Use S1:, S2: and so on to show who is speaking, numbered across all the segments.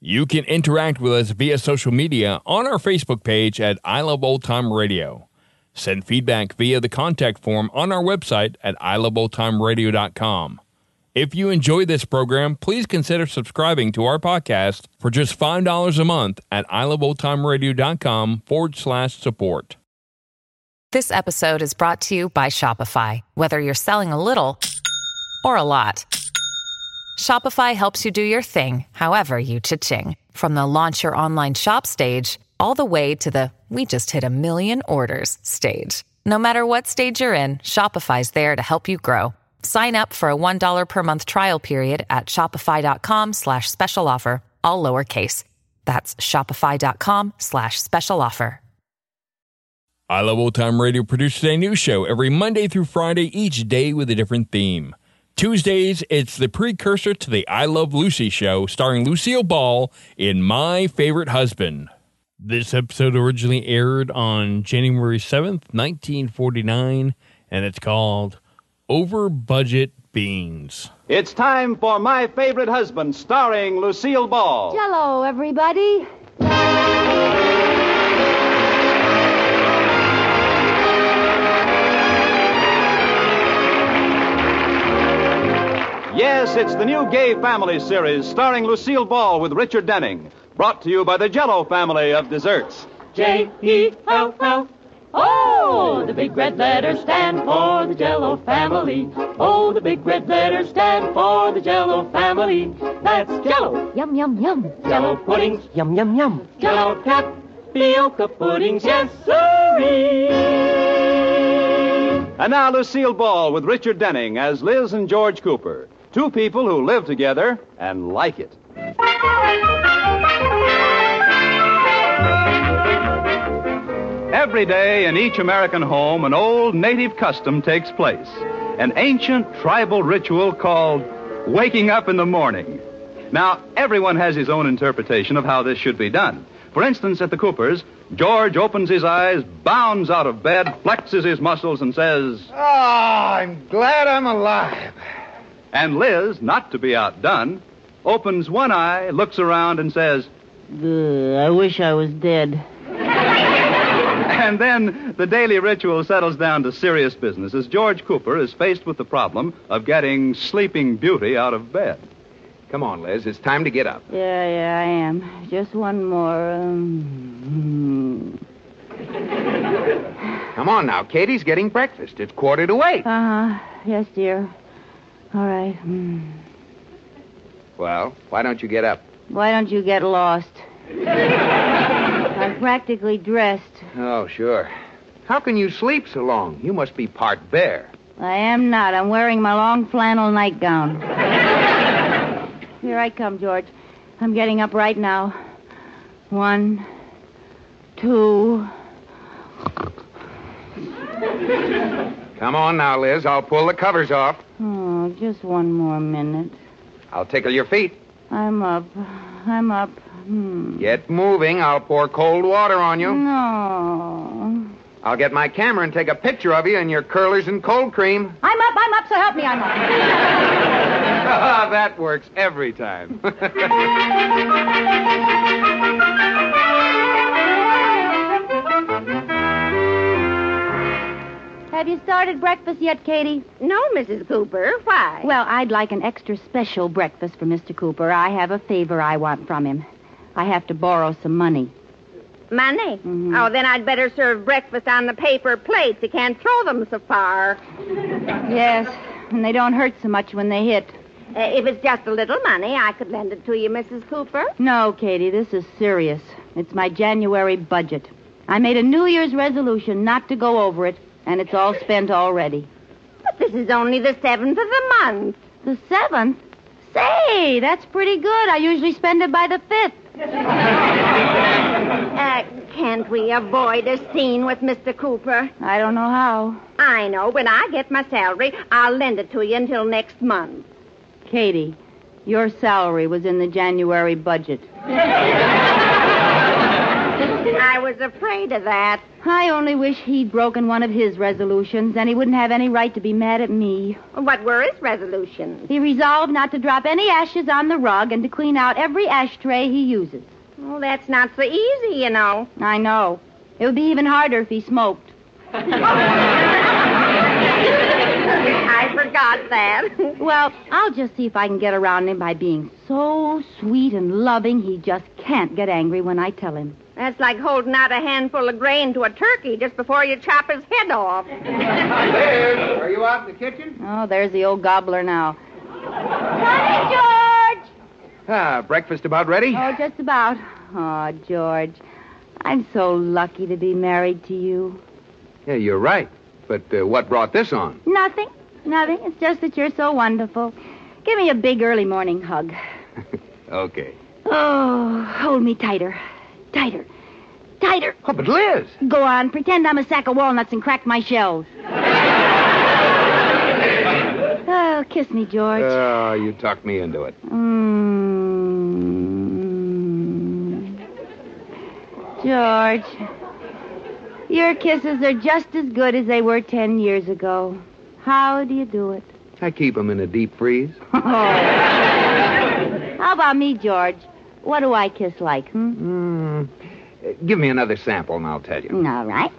S1: You can interact with us via social media on our Facebook page at I Love Old Time Radio. Send feedback via the contact form on our website at iloveoldtimeradio.com. If you enjoy this program, please consider subscribing to our podcast for just $5 a month at iloveoldtimeradio.com forward slash support.
S2: This episode is brought to you by Shopify. Whether you're selling a little or a lot, Shopify helps you do your thing, however you cha-ching. From the launch your online shop stage, all the way to the we just hit a million orders stage. No matter what stage you're in, Shopify's there to help you grow. Sign up for a $1 per month trial period at shopify.com slash special offer, all lowercase. That's shopify.com slash special offer.
S1: I Love Old Time Radio produces a new show every Monday through Friday, each day with a different theme. Tuesdays, it's the precursor to the I Love Lucy show, starring Lucille Ball in My Favorite Husband. This episode originally aired on January 7th, 1949, and it's called Over Budget Beans.
S3: It's time for My Favorite Husband, starring Lucille Ball.
S4: Hello, everybody.
S3: Yes, it's the new Gay Family series, starring Lucille Ball with Richard Denning. Brought to you by the Jello family of desserts.
S5: J E L L. Oh, the big red letters stand for the Jello family. Oh, the big red letters stand for the Jello family. That's Jello,
S4: Yum, yum, yum.
S5: Jello puddings,
S6: Yum, yum, yum.
S5: Jello tapioca puddings, yes sirree.
S3: And now Lucille Ball with Richard Denning as Liz and George Cooper. Two people who live together and like it. Every day in each American home, an old native custom takes place an ancient tribal ritual called waking up in the morning. Now, everyone has his own interpretation of how this should be done. For instance, at the Coopers, George opens his eyes, bounds out of bed, flexes his muscles, and says,
S7: Ah, I'm glad I'm alive.
S3: And Liz, not to be outdone, opens one eye, looks around, and says,
S6: I wish I was dead.
S3: And then the daily ritual settles down to serious business as George Cooper is faced with the problem of getting Sleeping Beauty out of bed.
S7: Come on, Liz. It's time to get up.
S6: Yeah, yeah, I am. Just one more. Um...
S7: Come on now. Katie's getting breakfast. It's quarter to eight.
S6: Uh huh. Yes, dear. All right. Hmm.
S7: Well, why don't you get up?
S6: Why don't you get lost? I'm practically dressed.
S7: Oh, sure. How can you sleep so long? You must be part bear.
S6: I am not. I'm wearing my long flannel nightgown. Here I come, George. I'm getting up right now. One, two.
S7: Come on now, Liz. I'll pull the covers off.
S6: Oh, just one more minute.
S7: I'll tickle your feet.
S6: I'm up. I'm up. Hmm.
S7: Get moving. I'll pour cold water on you.
S6: Mm. No.
S7: I'll get my camera and take a picture of you and your curlers and cold cream.
S6: I'm up. I'm up. So help me. I'm up.
S7: that works every time.
S6: Have you started breakfast yet, Katie?
S4: No, Mrs. Cooper. Why?
S6: Well, I'd like an extra special breakfast for Mr. Cooper. I have a favor I want from him. I have to borrow some money. Mm-hmm.
S4: money. Oh, then I'd better serve breakfast on the paper plates. You can't throw them so far.
S6: Yes, and they don't hurt so much when they hit.
S4: Uh, if it's just a little money, I could lend it to you, Mrs. Cooper.
S6: No, Katie, this is serious. It's my January budget. I made a New Year's resolution not to go over it, and it's all spent already.
S4: But this is only the seventh of the month.
S6: The seventh? Say, that's pretty good. I usually spend it by the fifth.
S4: Uh, can't we avoid a scene with Mr. Cooper?
S6: I don't know how.
S4: I know. When I get my salary, I'll lend it to you until next month.
S6: Katie, your salary was in the January budget.
S4: I was afraid of that.
S6: I only wish he'd broken one of his resolutions, and he wouldn't have any right to be mad at me.
S4: What were his resolutions?
S6: He resolved not to drop any ashes on the rug and to clean out every ashtray he uses.
S4: Well, that's not so e- easy, you know.
S6: I know. It would be even harder if he smoked.
S4: I forgot that.
S6: Well, I'll just see if I can get around him by being so sweet and loving he just can't get angry when I tell him.
S4: That's like holding out a handful of grain to a turkey just before you chop his head off.
S7: Liz, are you out in the kitchen?
S6: Oh, there's the old gobbler now.
S4: George!
S7: Ah, breakfast about ready?
S6: Oh, just about. Oh, George, I'm so lucky to be married to you.
S7: Yeah, you're right. But uh, what brought this on?
S6: Nothing, nothing. It's just that you're so wonderful. Give me a big early morning hug.
S7: Okay.
S6: Oh, hold me tighter, tighter, tighter.
S7: Oh, but Liz.
S6: Go on, pretend I'm a sack of walnuts and crack my shells. oh, kiss me, George.
S7: Oh, you talked me into it.
S6: Mm. George, your kisses are just as good as they were ten years ago. How do you do it?
S7: I keep them in a deep freeze.
S6: Oh. How about me, George? What do I kiss like? Hmm?
S7: Mm. Uh, Give me another sample and I'll tell you.
S6: All right.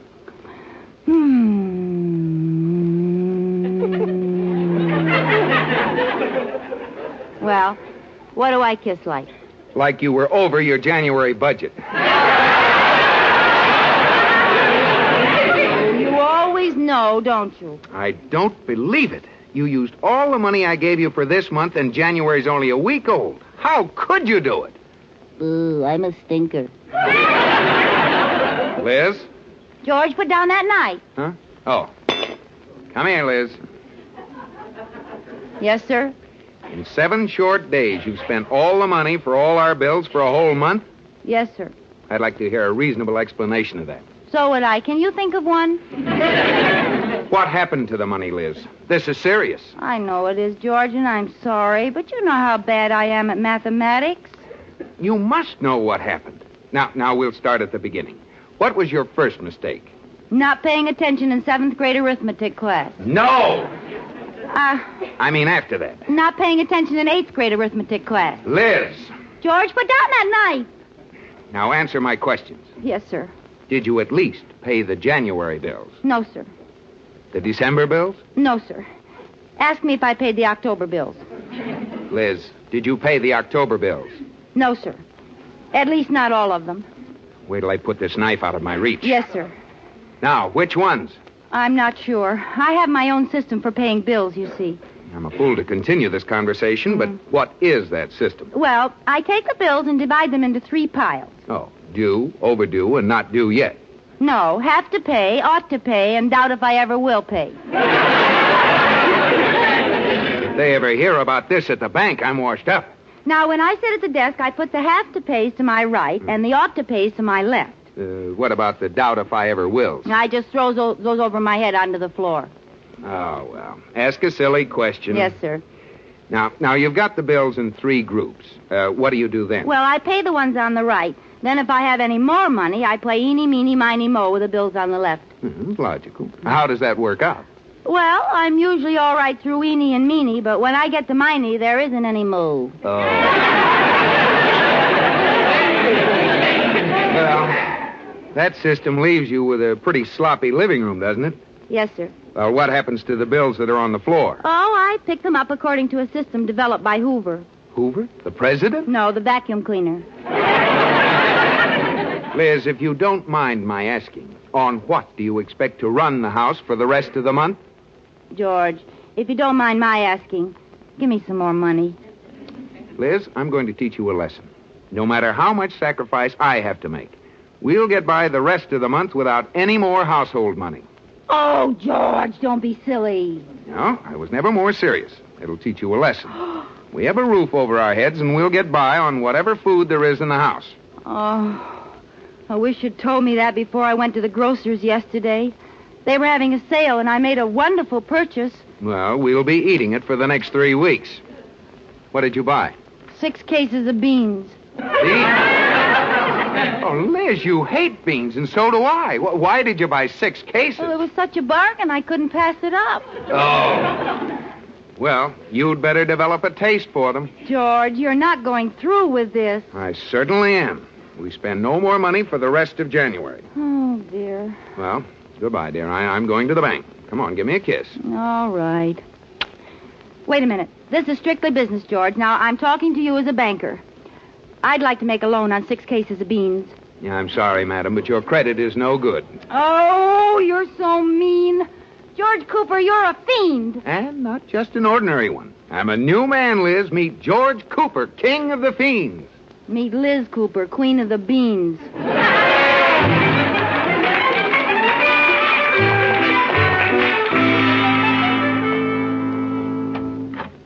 S6: Hmm. well, what do I kiss like?
S7: Like you were over your January budget.
S6: You always know, don't you?
S7: I don't believe it. You used all the money I gave you for this month, and January's only a week old. How could you do it?
S6: Ooh, I'm a stinker.
S7: Liz?
S6: George, put down that knife.
S7: Huh? Oh. Come here, Liz.
S6: Yes, sir.
S7: In seven short days, you've spent all the money for all our bills for a whole month.
S6: Yes, sir.
S7: I'd like to hear a reasonable explanation of that.
S6: So would I. Can you think of one?
S7: What happened to the money, Liz? This is serious.
S6: I know it is, George, and I'm sorry, but you know how bad I am at mathematics.
S7: You must know what happened. Now, now we'll start at the beginning. What was your first mistake?
S6: Not paying attention in seventh grade arithmetic class.
S7: No.
S6: Uh,
S7: I mean after that.
S6: not paying attention in eighth grade arithmetic class.
S7: Liz,
S6: George, put down that knife.
S7: now answer my questions.
S6: Yes, sir.
S7: Did you at least pay the January bills?
S6: No, sir.
S7: The December bills?
S6: No, sir. Ask me if I paid the October bills.
S7: Liz, did you pay the October bills?
S6: No, sir. At least not all of them.
S7: Wait till I put this knife out of my reach.
S6: Yes, sir.
S7: Now, which ones?
S6: I'm not sure. I have my own system for paying bills, you see.
S7: I'm a fool to continue this conversation, but what is that system?
S6: Well, I take the bills and divide them into three piles.
S7: Oh, due, overdue, and not due yet.
S6: No, have to pay, ought to pay, and doubt if I ever will pay.
S7: If they ever hear about this at the bank, I'm washed up.
S6: Now, when I sit at the desk, I put the have to pays to my right and the ought to pays to my left.
S7: Uh, what about the doubt if I ever will?
S6: And I just throw those, those over my head onto the floor.
S7: Oh, well. Ask a silly question.
S6: Mm-hmm. Yes, sir.
S7: Now, now you've got the bills in three groups. Uh, what do you do then?
S6: Well, I pay the ones on the right. Then, if I have any more money, I play eeny, meeny, miny, mo with the bills on the left.
S7: Mhm, logical. How does that work out?
S6: Well, I'm usually all right through eeny and meeny, but when I get to miny, there isn't any mo.
S7: Well, that system leaves you with a pretty sloppy living room, doesn't it?
S6: Yes, sir.
S7: Well, what happens to the bills that are on the floor?
S6: Oh, I pick them up according to a system developed by Hoover.
S7: Hoover? The president?
S6: No, the vacuum cleaner.
S7: Liz, if you don't mind my asking, on what do you expect to run the house for the rest of the month?
S6: George, if you don't mind my asking, give me some more money.
S7: Liz, I'm going to teach you a lesson. No matter how much sacrifice I have to make, we'll get by the rest of the month without any more household money.
S6: Oh, George, don't be silly.
S7: No, I was never more serious. It'll teach you a lesson. We have a roof over our heads, and we'll get by on whatever food there is in the house.
S6: Oh, I wish you'd told me that before I went to the grocer's yesterday. They were having a sale, and I made a wonderful purchase.
S7: Well, we'll be eating it for the next three weeks. What did you buy?
S6: Six cases of beans.
S7: Oh, Liz, you hate beans, and so do I. Wh- Why did you buy six
S6: Well,
S7: cases?
S6: it was such a bargain, I couldn't pass it up.
S7: Oh. Well, you'd better develop a taste for them.
S6: George, you're not going through with this.
S7: I certainly am. We spend no more money for the rest of January.
S6: Oh, dear.
S7: Well, goodbye, dear. I- I'm going to the bank. Come on, give me a kiss.
S6: All right. Wait a minute. This is strictly business, George. Now, I'm talking to you as a banker. I'd like to make a loan on six cases of beans.
S7: Yeah, I'm sorry, madam, but your credit is no good.
S6: Oh, you're so mean. George Cooper, you're a fiend.
S7: And not just an ordinary one. I'm a new man, Liz. Meet George Cooper, king of the fiends.
S6: Meet Liz Cooper, queen of the beans.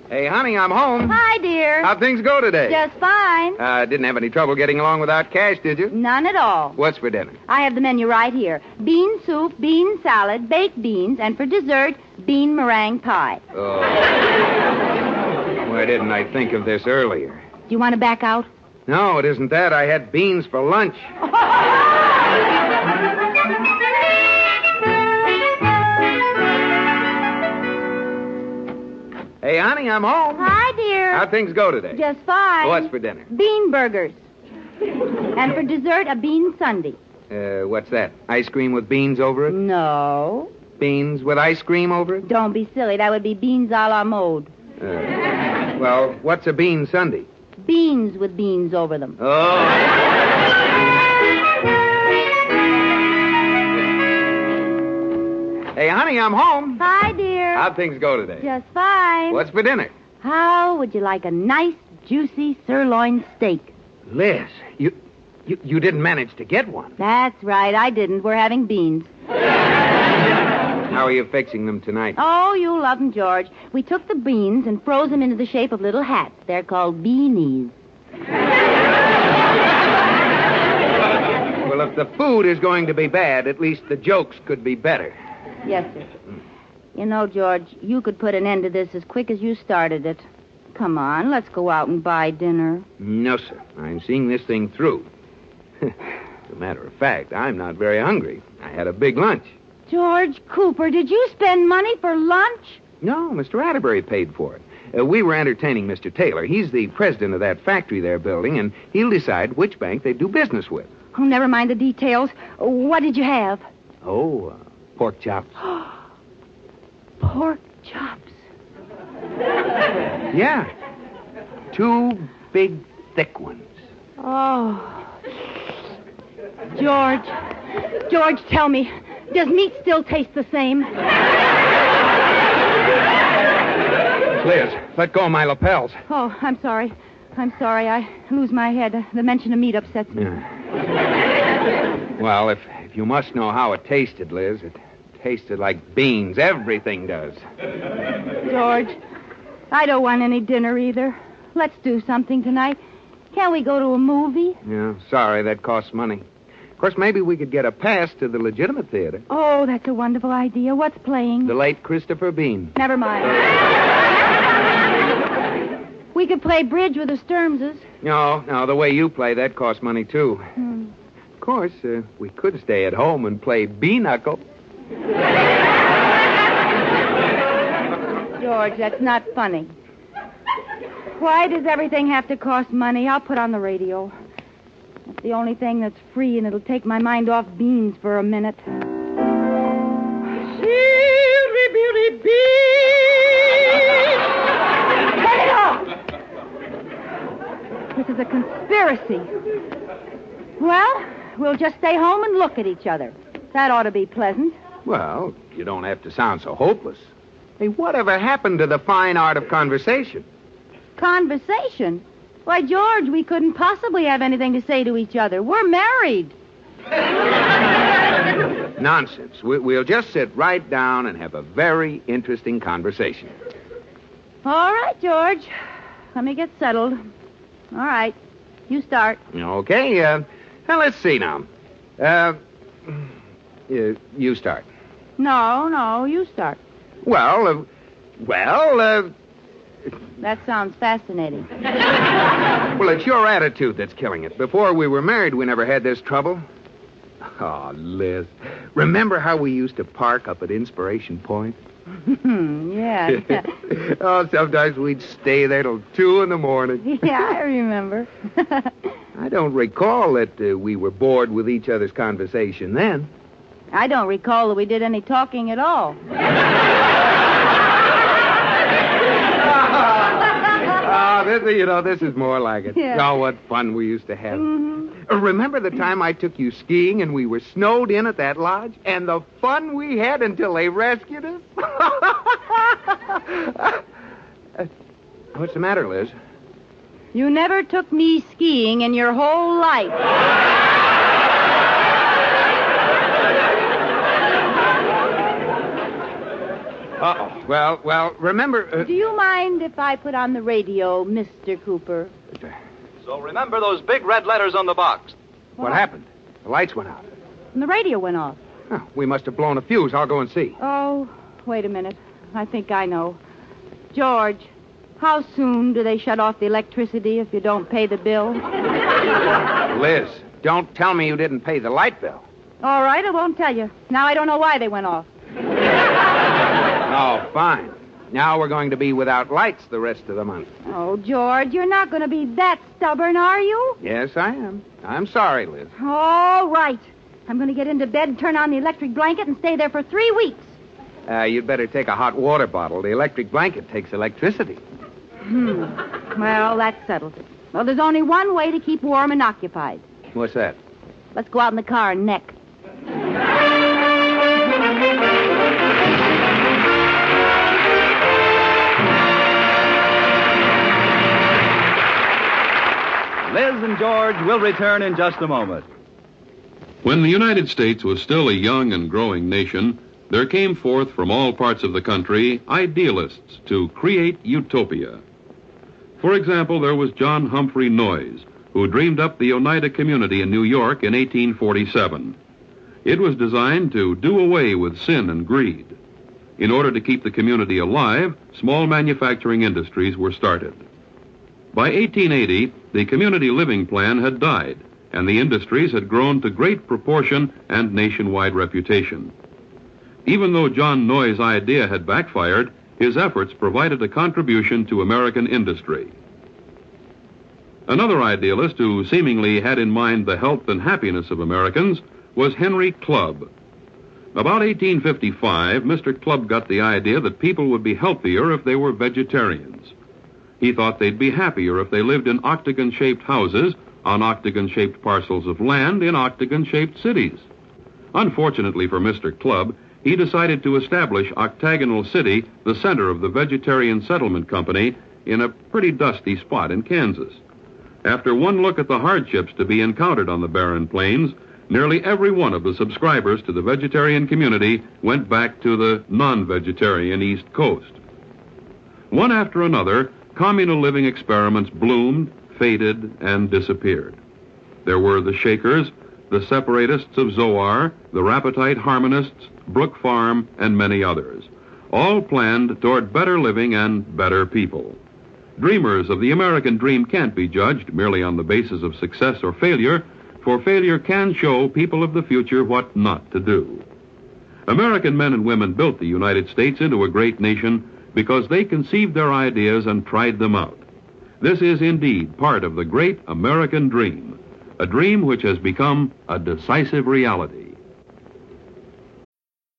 S7: Hey, honey, I'm home.
S6: Hi, dear.
S7: How'd things go today?
S6: Just fine.
S7: Uh, didn't have any trouble getting along without cash, did you?
S6: None at all.
S7: What's for dinner?
S6: I have the menu right here. Bean soup, bean salad, baked beans, and for dessert, bean meringue pie.
S7: Why didn't I think of this earlier?
S6: Do you want to back out?
S7: No, it isn't that. I had beans for lunch. hey, honey, I'm home.
S6: Hi, dear.
S7: How'd things go today?
S6: Just fine.
S7: What's for dinner?
S6: Bean burgers. and for dessert, a bean sundae.
S7: Uh, what's that? Ice cream with beans over it?
S6: No.
S7: Beans with ice cream over it?
S6: Don't be silly. That would be beans a la mode.
S7: Well, what's a bean Sunday?
S6: Beans with beans over them.
S7: Oh. Hey, honey, I'm home.
S6: Hi, dear.
S7: How'd things go today?
S6: Just fine.
S7: What's for dinner?
S6: How would you like a nice, juicy sirloin steak?
S7: Liz, you, you, you didn't manage to get one.
S6: That's right. I didn't. We're having beans.
S7: How are you fixing them tonight?
S6: Oh, you love 'em, George. We took the beans and froze them into the shape of little hats. They're called beanies.
S7: Well, if the food is going to be bad, at least the jokes could be better.
S6: Yes, sir. You know, George, you could put an end to this as quick as you started it. Come on, let's go out and buy dinner.
S7: No, sir. I'm seeing this thing through. As a matter of fact, I'm not very hungry. I had a big lunch.
S6: George Cooper, did you spend money for lunch?
S7: No, Mr. Atterbury paid for it. Uh, we were entertaining Mr. Taylor. He's the president of that factory they're building, and he'll decide which bank they do business with.
S6: Oh, never mind the details. What did you have?
S7: Oh, uh, pork chops.
S6: Pork chops.
S7: yeah. Two big, thick ones.
S6: Oh. George. George, tell me, does meat still taste the same?
S7: Liz, let go of my lapels.
S6: Oh, I'm sorry. I'm sorry. I lose my head. Uh, The mention of meat upsets me.
S7: Well, if, if you must know how it tasted, Liz, it tasted like beans. Everything does.
S6: George, I don't want any dinner either. Let's do something tonight. Can't we go to a movie?
S7: Yeah, sorry, that costs money. Of course, maybe we could get a pass to the legitimate theater.
S6: Oh, that's a wonderful idea. What's playing?
S7: The late Christopher Bean.
S6: Never mind. we could play bridge with the Sturmses.
S7: No, no, the way you play, that costs money, too. Of course, uh, we could stay at home and play Beanuckle.
S6: George, that's not funny. Why does everything have to cost money? I'll put on the radio. It's the only thing that's free, and it'll take my mind off beans for a minute. Silly Billy Bean! Turn it off! This is a conspiracy. Well, we'll just stay home and look at each other. That ought to be pleasant.
S7: Well, you don't have to sound so hopeless. Hey, whatever happened to the fine art of conversation?
S6: Conversation? Why, George, we couldn't possibly have anything to say to each other. We're married.
S7: Nonsense. We, we'll just sit right down and have a very interesting conversation.
S6: All right, George. Let me get settled. All right. You start.
S7: Okay, uh, now let's see now. Uh, you, you start.
S6: No, no, you start.
S7: Well, uh, well, uh,
S6: That sounds fascinating.
S7: well, it's your attitude that's killing it. Before we were married, we never had this trouble. Oh, Liz, remember how we used to park up at Inspiration Point?
S6: Hmm, yeah. yeah.
S7: oh, sometimes we'd stay there till two in the morning.
S6: Yeah, I remember.
S7: I don't recall that uh, we were bored with each other's conversation then.
S6: I don't recall that we did any talking at all.
S7: Ah, this, you know, this is more like it.
S6: Yeah.
S7: Oh, what fun we used to have. Uh, Remember the time I took you skiing and we were snowed in at that lodge? And the fun we had until they rescued us? Uh, What's the matter, Liz?
S6: You never took me skiing in your whole life.
S7: Uh-oh. Well, well, remember... uh,
S6: Do you mind if I put on the radio, Mr. Cooper?
S7: Uh,
S3: So remember those big red letters on the box.
S7: what happened? The lights went out.
S6: And the radio went off.
S7: Huh, we must have blown a fuse. I'll go and see.
S6: Oh, wait a minute. I think I know. George, how soon do they shut off the electricity if you don't pay the bill?
S7: Liz, don't tell me you didn't pay the light bill.
S6: All right, I won't tell you. Now I don't know why they went off.
S7: Oh, fine. Now we're going to be without lights the rest of the month.
S6: Oh, George, you're not going to be that stubborn, are you?
S7: Yes, I am. I'm sorry, Liz.
S6: All right. I'm going to get into bed, turn on the electric blanket, and stay there for three weeks.
S7: Uh, you'd better take a hot water bottle. The electric blanket takes electricity.
S6: Well, that settles it. Well, there's only one way to keep warm and occupied.
S7: What's that?
S6: Let's go out in the car and neck.
S3: Liz and George will return in just a moment.
S8: When the United States was still a young and growing nation, there came forth from all parts of the country idealists to create utopia. For example, there was John Humphrey Noyes, who dreamed up the Oneida community in New York in 1847. It was designed to do away with sin and greed. In order to keep the community alive, small manufacturing industries were started. By 1880, the community living plan had died, and the industries had grown to great proportion and nationwide reputation. Even though John Noy's idea had backfired, his efforts provided a contribution to American industry. Another idealist who seemingly had in mind the health and happiness of Americans was Henry Clubb. About 1855, Mr. Clubb got the idea that people would be healthier if they were vegetarians. He thought they'd be happier if they lived in octagon shaped houses on octagon shaped parcels of land in octagon shaped cities. Unfortunately for Mr. Clubb, he decided to establish Octagonal City, the center of the Vegetarian Settlement Company, in a pretty dusty spot in Kansas. After one look at the hardships to be encountered on the barren plains, nearly every one of the subscribers to the vegetarian community went back to the non vegetarian East Coast. One after another, communal living experiments bloomed, faded, and disappeared. There were the Shakers, the Separatists of Zoar, the Rapatite Harmonists, Brook Farm, and many others, all planned toward better living and better people. Dreamers of the American dream can't be judged merely on the basis of success or failure, for failure can show people of the future what not to do. American men and women built the United States into a great nation because they conceived their ideas and tried them out. This is indeed part of the great American dream, a dream which has become a decisive reality.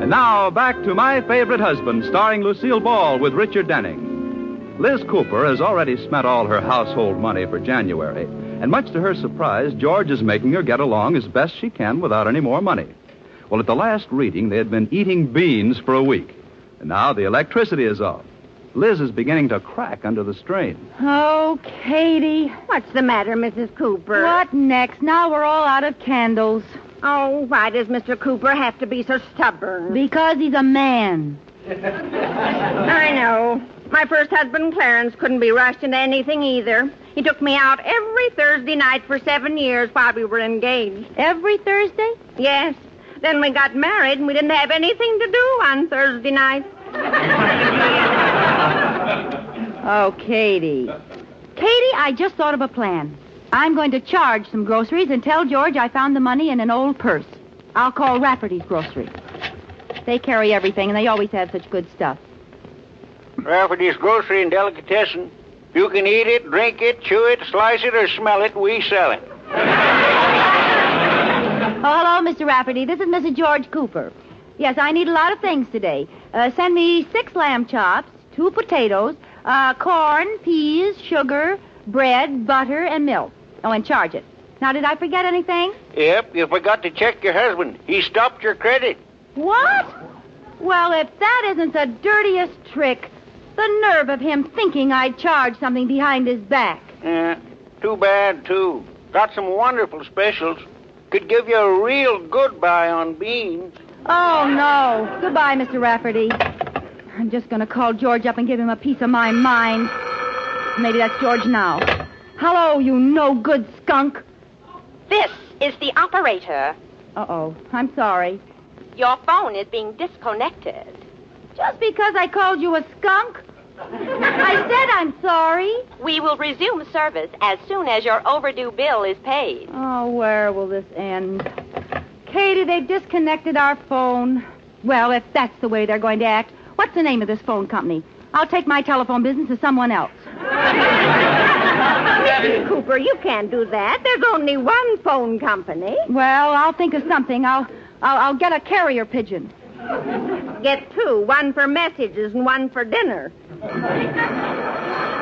S3: And now, Now back to My Favorite Husband, starring Lucille Ball with Richard Denning. Liz Cooper has already spent all her household money for January, and much to her surprise, George is making her get along as best she can without any more money. Well, at the last reading, they had been eating beans for a week, and now the electricity is off. Liz is beginning to crack under the strain.
S6: Oh, Katie.
S4: What's the matter, Mrs. Cooper?
S6: What next? Now we're all out of candles.
S4: Oh, why does Mr. Cooper have to be so stubborn?
S6: Because he's a man.
S4: I know. My first husband, Clarence, couldn't be rushed into anything either. He took me out every Thursday night for seven years while we were engaged.
S6: Every Thursday?
S4: Yes. Then we got married and we didn't have anything to do on Thursday night.
S6: Oh, Katie. Katie, I just thought of a plan. I'm going to charge some groceries and tell George I found the money in an old purse. I'll call Rafferty's Grocery. They carry everything, and they always have such good stuff.
S9: Rafferty's grocery and delicatessen. You can eat it, drink it, chew it, slice it, or smell it. We sell it.
S6: Oh, hello, Mr. Rafferty. This is Mrs. George Cooper. Yes, I need a lot of things today. Uh, send me six lamb chops, two potatoes, uh, corn, peas, sugar, bread, butter, and milk. Oh, and charge it. Now, did I forget anything?
S9: Yep, you forgot to check your husband. He stopped your credit.
S6: What? Well, if that isn't the dirtiest trick, the nerve of him thinking I'd charge something behind his back.
S9: Yeah, too bad, too. Got some wonderful specials. Could give you a real good buy on beans.
S6: Oh, no. Goodbye, Mr. Rafferty. I'm just going to call George up and give him a piece of my mind. Maybe that's George now. Hello, you no good skunk.
S10: This is the operator.
S6: Uh oh. I'm sorry.
S10: Your phone is being disconnected.
S6: Just because I called you a skunk? I said I'm sorry.
S10: We will resume service as soon as your overdue bill is paid.
S6: Oh, where will this end? Katie, they've disconnected our phone. Well, if that's the way they're going to act, what's the name of this phone company? I'll take my telephone business to someone else.
S4: Mrs. Cooper, you can't do that. There's only one phone company.
S6: Well, I'll think of something. I'll I'll, I'll get a carrier pigeon.
S4: Get two, one for messages and one for dinner.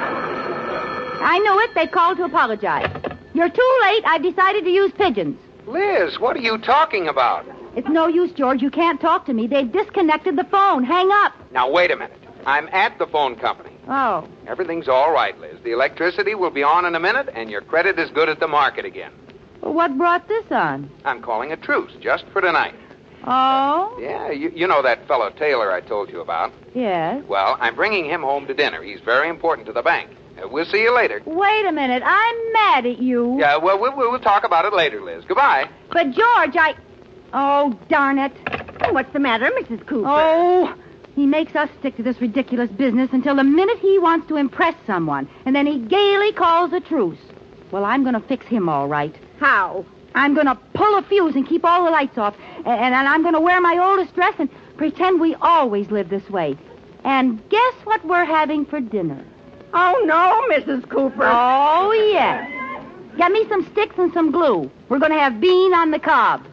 S6: I knew it. They called to apologize. You're too late. I've decided to use pigeons.
S9: Liz, what are you talking about?
S6: It's no use, George. You can't talk to me. They've disconnected the phone. Hang up.
S9: Now, wait a minute. I'm at the phone company.
S6: Oh.
S9: Everything's all right, Liz. The electricity will be on in a minute, and your credit is good at the market again.
S6: Well, what brought this on?
S9: I'm calling a truce just for tonight.
S6: Oh?
S9: Yeah, you, you know that fellow Taylor I told you about.
S6: Yes.
S9: Well, I'm bringing him home to dinner. He's very important to the bank. Uh, we'll see you later.
S6: Wait a minute. I'm mad at you.
S9: Yeah, well, we'll, we'll talk about it later, Liz. Goodbye.
S6: But, George, I. Oh, darn it.
S4: What's the matter, Mrs. Cooper?
S6: Oh, he makes us stick to this ridiculous business until the minute he wants to impress someone, and then he gaily calls a truce. Well, I'm going to fix him all right.
S4: How?
S6: I'm going to pull a fuse and keep all the lights off, and, and I'm going to wear my oldest dress and pretend we always live this way. And guess what we're having for dinner?
S4: Oh, no, Mrs. Cooper.
S6: Oh, yes. Get me some sticks and some glue. We're going to have bean on the cob.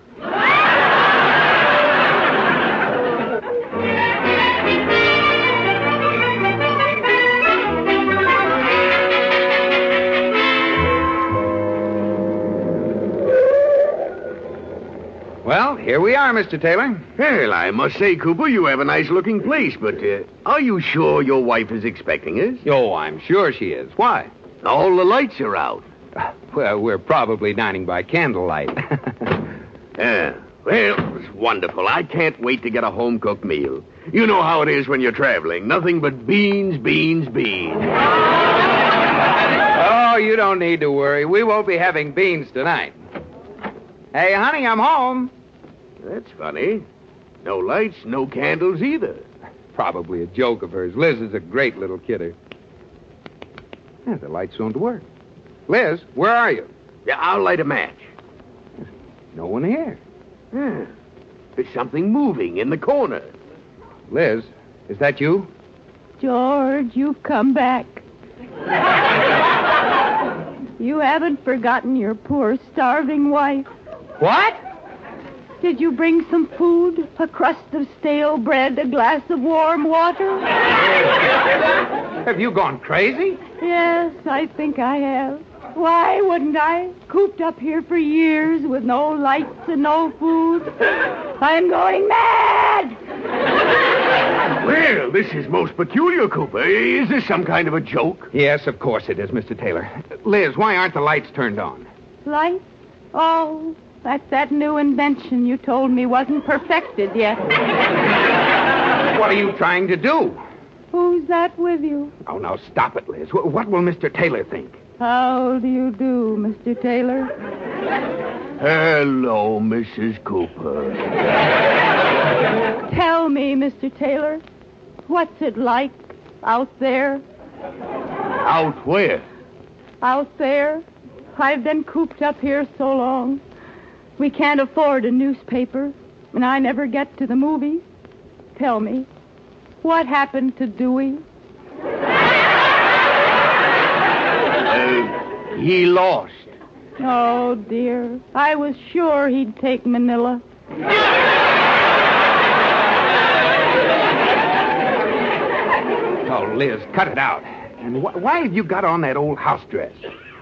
S7: Well, here we are, Mr. Taylor.
S11: Well, I must say, Cooper, you have a nice looking place, but uh, are you sure your wife is expecting us?
S7: Oh, I'm sure she is. Why?
S11: All the lights are out.
S7: Well, we're probably dining by candlelight.
S11: yeah. Uh, Well, it's wonderful. I can't wait to get a home cooked meal. You know how it is when you're traveling nothing but beans, beans, beans.
S7: oh, you don't need to worry. We won't be having beans tonight. Hey, honey, I'm home.
S11: That's funny. No lights, no candles either.
S7: Probably a joke of hers. Liz is a great little kidder. Yeah, the lights don't work. Liz, where are you?
S11: Yeah, I'll light a match.
S7: No one here.
S11: Yeah. There's something moving in the corner.
S7: Liz, is that you?
S6: George, you've come back. you haven't forgotten your poor, starving wife.
S7: What?
S12: Did you bring some food? A crust of stale bread, a glass of warm water?
S7: Have you gone crazy?
S12: Yes, I think I have. Why wouldn't I? Cooped up here for years with no lights and no food. I'm going mad!
S11: Well, this is most peculiar, Cooper. Is this some kind of a joke?
S7: Yes, of course it is, Mr. Taylor. Liz, why aren't the lights turned on?
S12: Lights? Oh, that's that new invention you told me wasn't perfected yet.
S7: What are you trying to do?
S12: Who's that with you?
S7: Oh, now stop it, Liz. Wh- What will Mr. Taylor think?
S12: How do you do, Mr. Taylor?
S11: Hello, Mrs. Cooper.
S12: Tell me, Mr. Taylor, what's it like out there?
S11: Out where?
S12: Out there? I've been cooped up here so long. We can't afford a newspaper, and I never get to the movies. Tell me, what happened to Dewey?
S11: Uh, he lost.
S12: Oh, dear. I was sure he'd take Manila.
S7: Oh, Liz, cut it out. And wh- why have you got on that old house dress?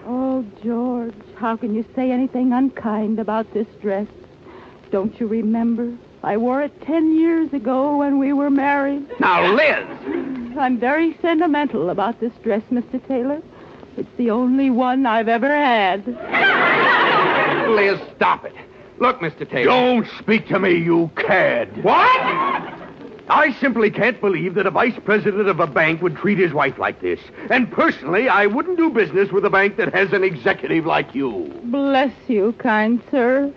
S12: Oh, George, how can you say anything unkind about this dress? Don't you remember? I wore it ten years ago when we were married.
S7: Now, Liz!
S12: I'm very sentimental about this dress, Mr. Taylor. It's the only one I've ever had.
S7: Liz, stop it. Look, Mr. Taylor.
S11: Don't speak to me, you cad.
S7: What?
S11: I simply can't believe that a vice president of a bank would treat his wife like this. And personally, I wouldn't do business with a bank that has an executive like you.
S12: Bless you, kind sir.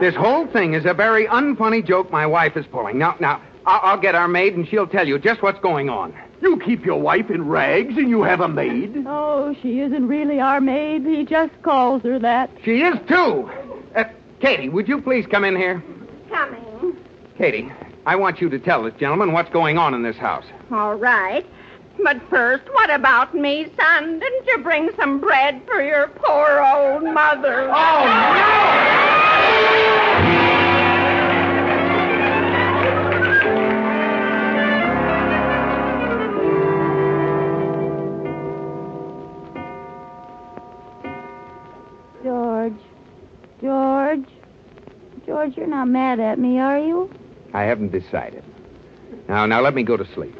S7: This whole thing is a very unfunny joke my wife is pulling. Now, now, I'll, I'll get our maid and she'll tell you just what's going on.
S11: You keep your wife in rags and you have a maid.
S12: Oh, she isn't really our maid. He just calls her that.
S7: She is too. Uh, Katie, would you please come in here?
S4: Coming.
S7: Katie, I want you to tell this gentleman what's going on in this house.
S4: All right. But first, what about me, son? Didn't you bring some bread for your poor old mother? Oh,
S12: George. George. George, you're not mad at me, are you?
S7: I haven't decided. Now, now let me go to sleep.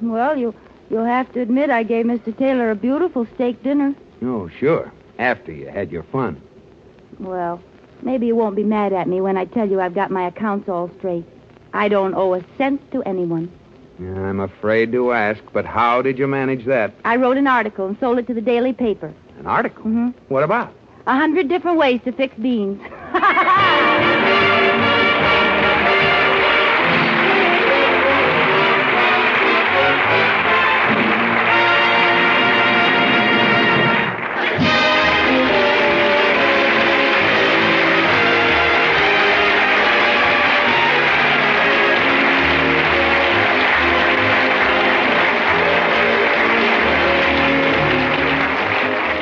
S12: Well, you you'll have to admit I gave Mr. Taylor a beautiful steak dinner.
S7: Oh, sure. After you had your fun.
S12: Well, maybe you won't be mad at me when I tell you I've got my accounts all straight. I don't owe a cent to anyone.
S7: I'm afraid to ask, but how did you manage that?
S12: I wrote an article and sold it to the daily paper.
S7: An article? Mm-hmm. What about?
S12: A hundred different ways to fix beans.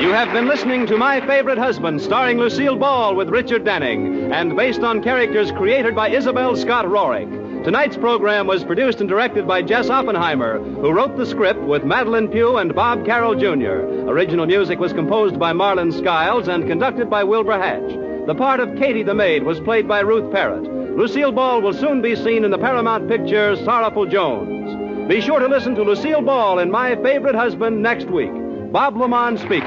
S3: You have been listening to My Favorite Husband, starring Lucille Ball with Richard Denning, and based on characters created by Isabel Scott Rorick. Tonight's program was produced and directed by Jess Oppenheimer, who wrote the script with Madeline Pugh and Bob Carroll Jr. Original music was composed by Marlon Skiles and conducted by Wilbur Hatch. The part of Katie the Maid was played by Ruth Parrott. Lucille Ball will soon be seen in the Paramount picture Sorrowful Jones. Be sure to listen to Lucille Ball in My Favorite Husband next week. Bob Lamont speaking.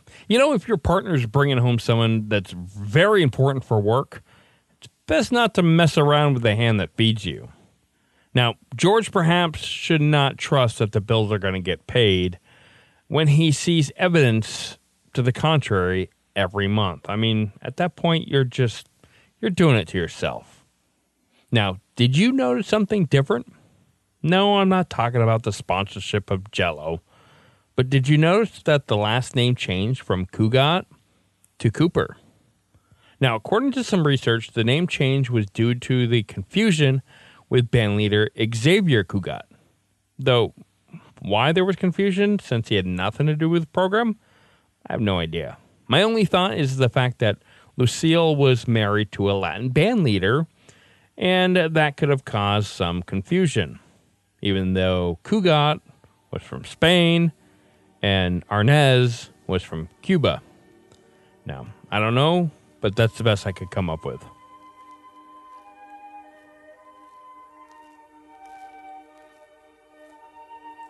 S1: You know, if your partner's bringing home someone that's very important for work, it's best not to mess around with the hand that feeds you. Now, George perhaps should not trust that the bills are going to get paid when he sees evidence to the contrary every month. I mean, at that point you're just you're doing it to yourself. Now, did you notice something different? No, I'm not talking about the sponsorship of Jello. But did you notice that the last name changed from Kugat to Cooper? Now, according to some research, the name change was due to the confusion with bandleader Xavier Cugat. Though, why there was confusion since he had nothing to do with the program, I have no idea. My only thought is the fact that Lucille was married to a Latin bandleader, and that could have caused some confusion, even though Cugat was from Spain and Arnez was from Cuba. Now, I don't know, but that's the best I could come up with.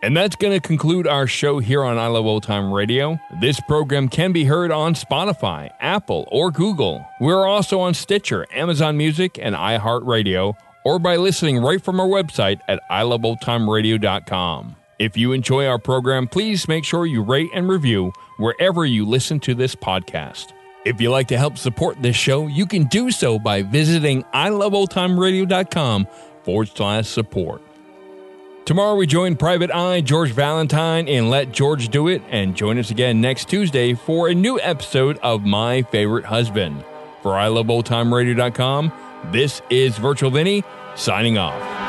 S1: And that's going to conclude our show here on I Love Old Time Radio. This program can be heard on Spotify, Apple, or Google. We're also on Stitcher, Amazon Music, and iHeartRadio, or by listening right from our website at iloveoldtimeradio.com. If you enjoy our program, please make sure you rate and review wherever you listen to this podcast. If you'd like to help support this show, you can do so by visiting iloveoldtimeradio.com forward slash support. Tomorrow we join Private Eye, George Valentine, and Let George Do It, and join us again next Tuesday for a new episode of My Favorite Husband. For iloveoldtimeradio.com, this is Virtual Vinny signing off.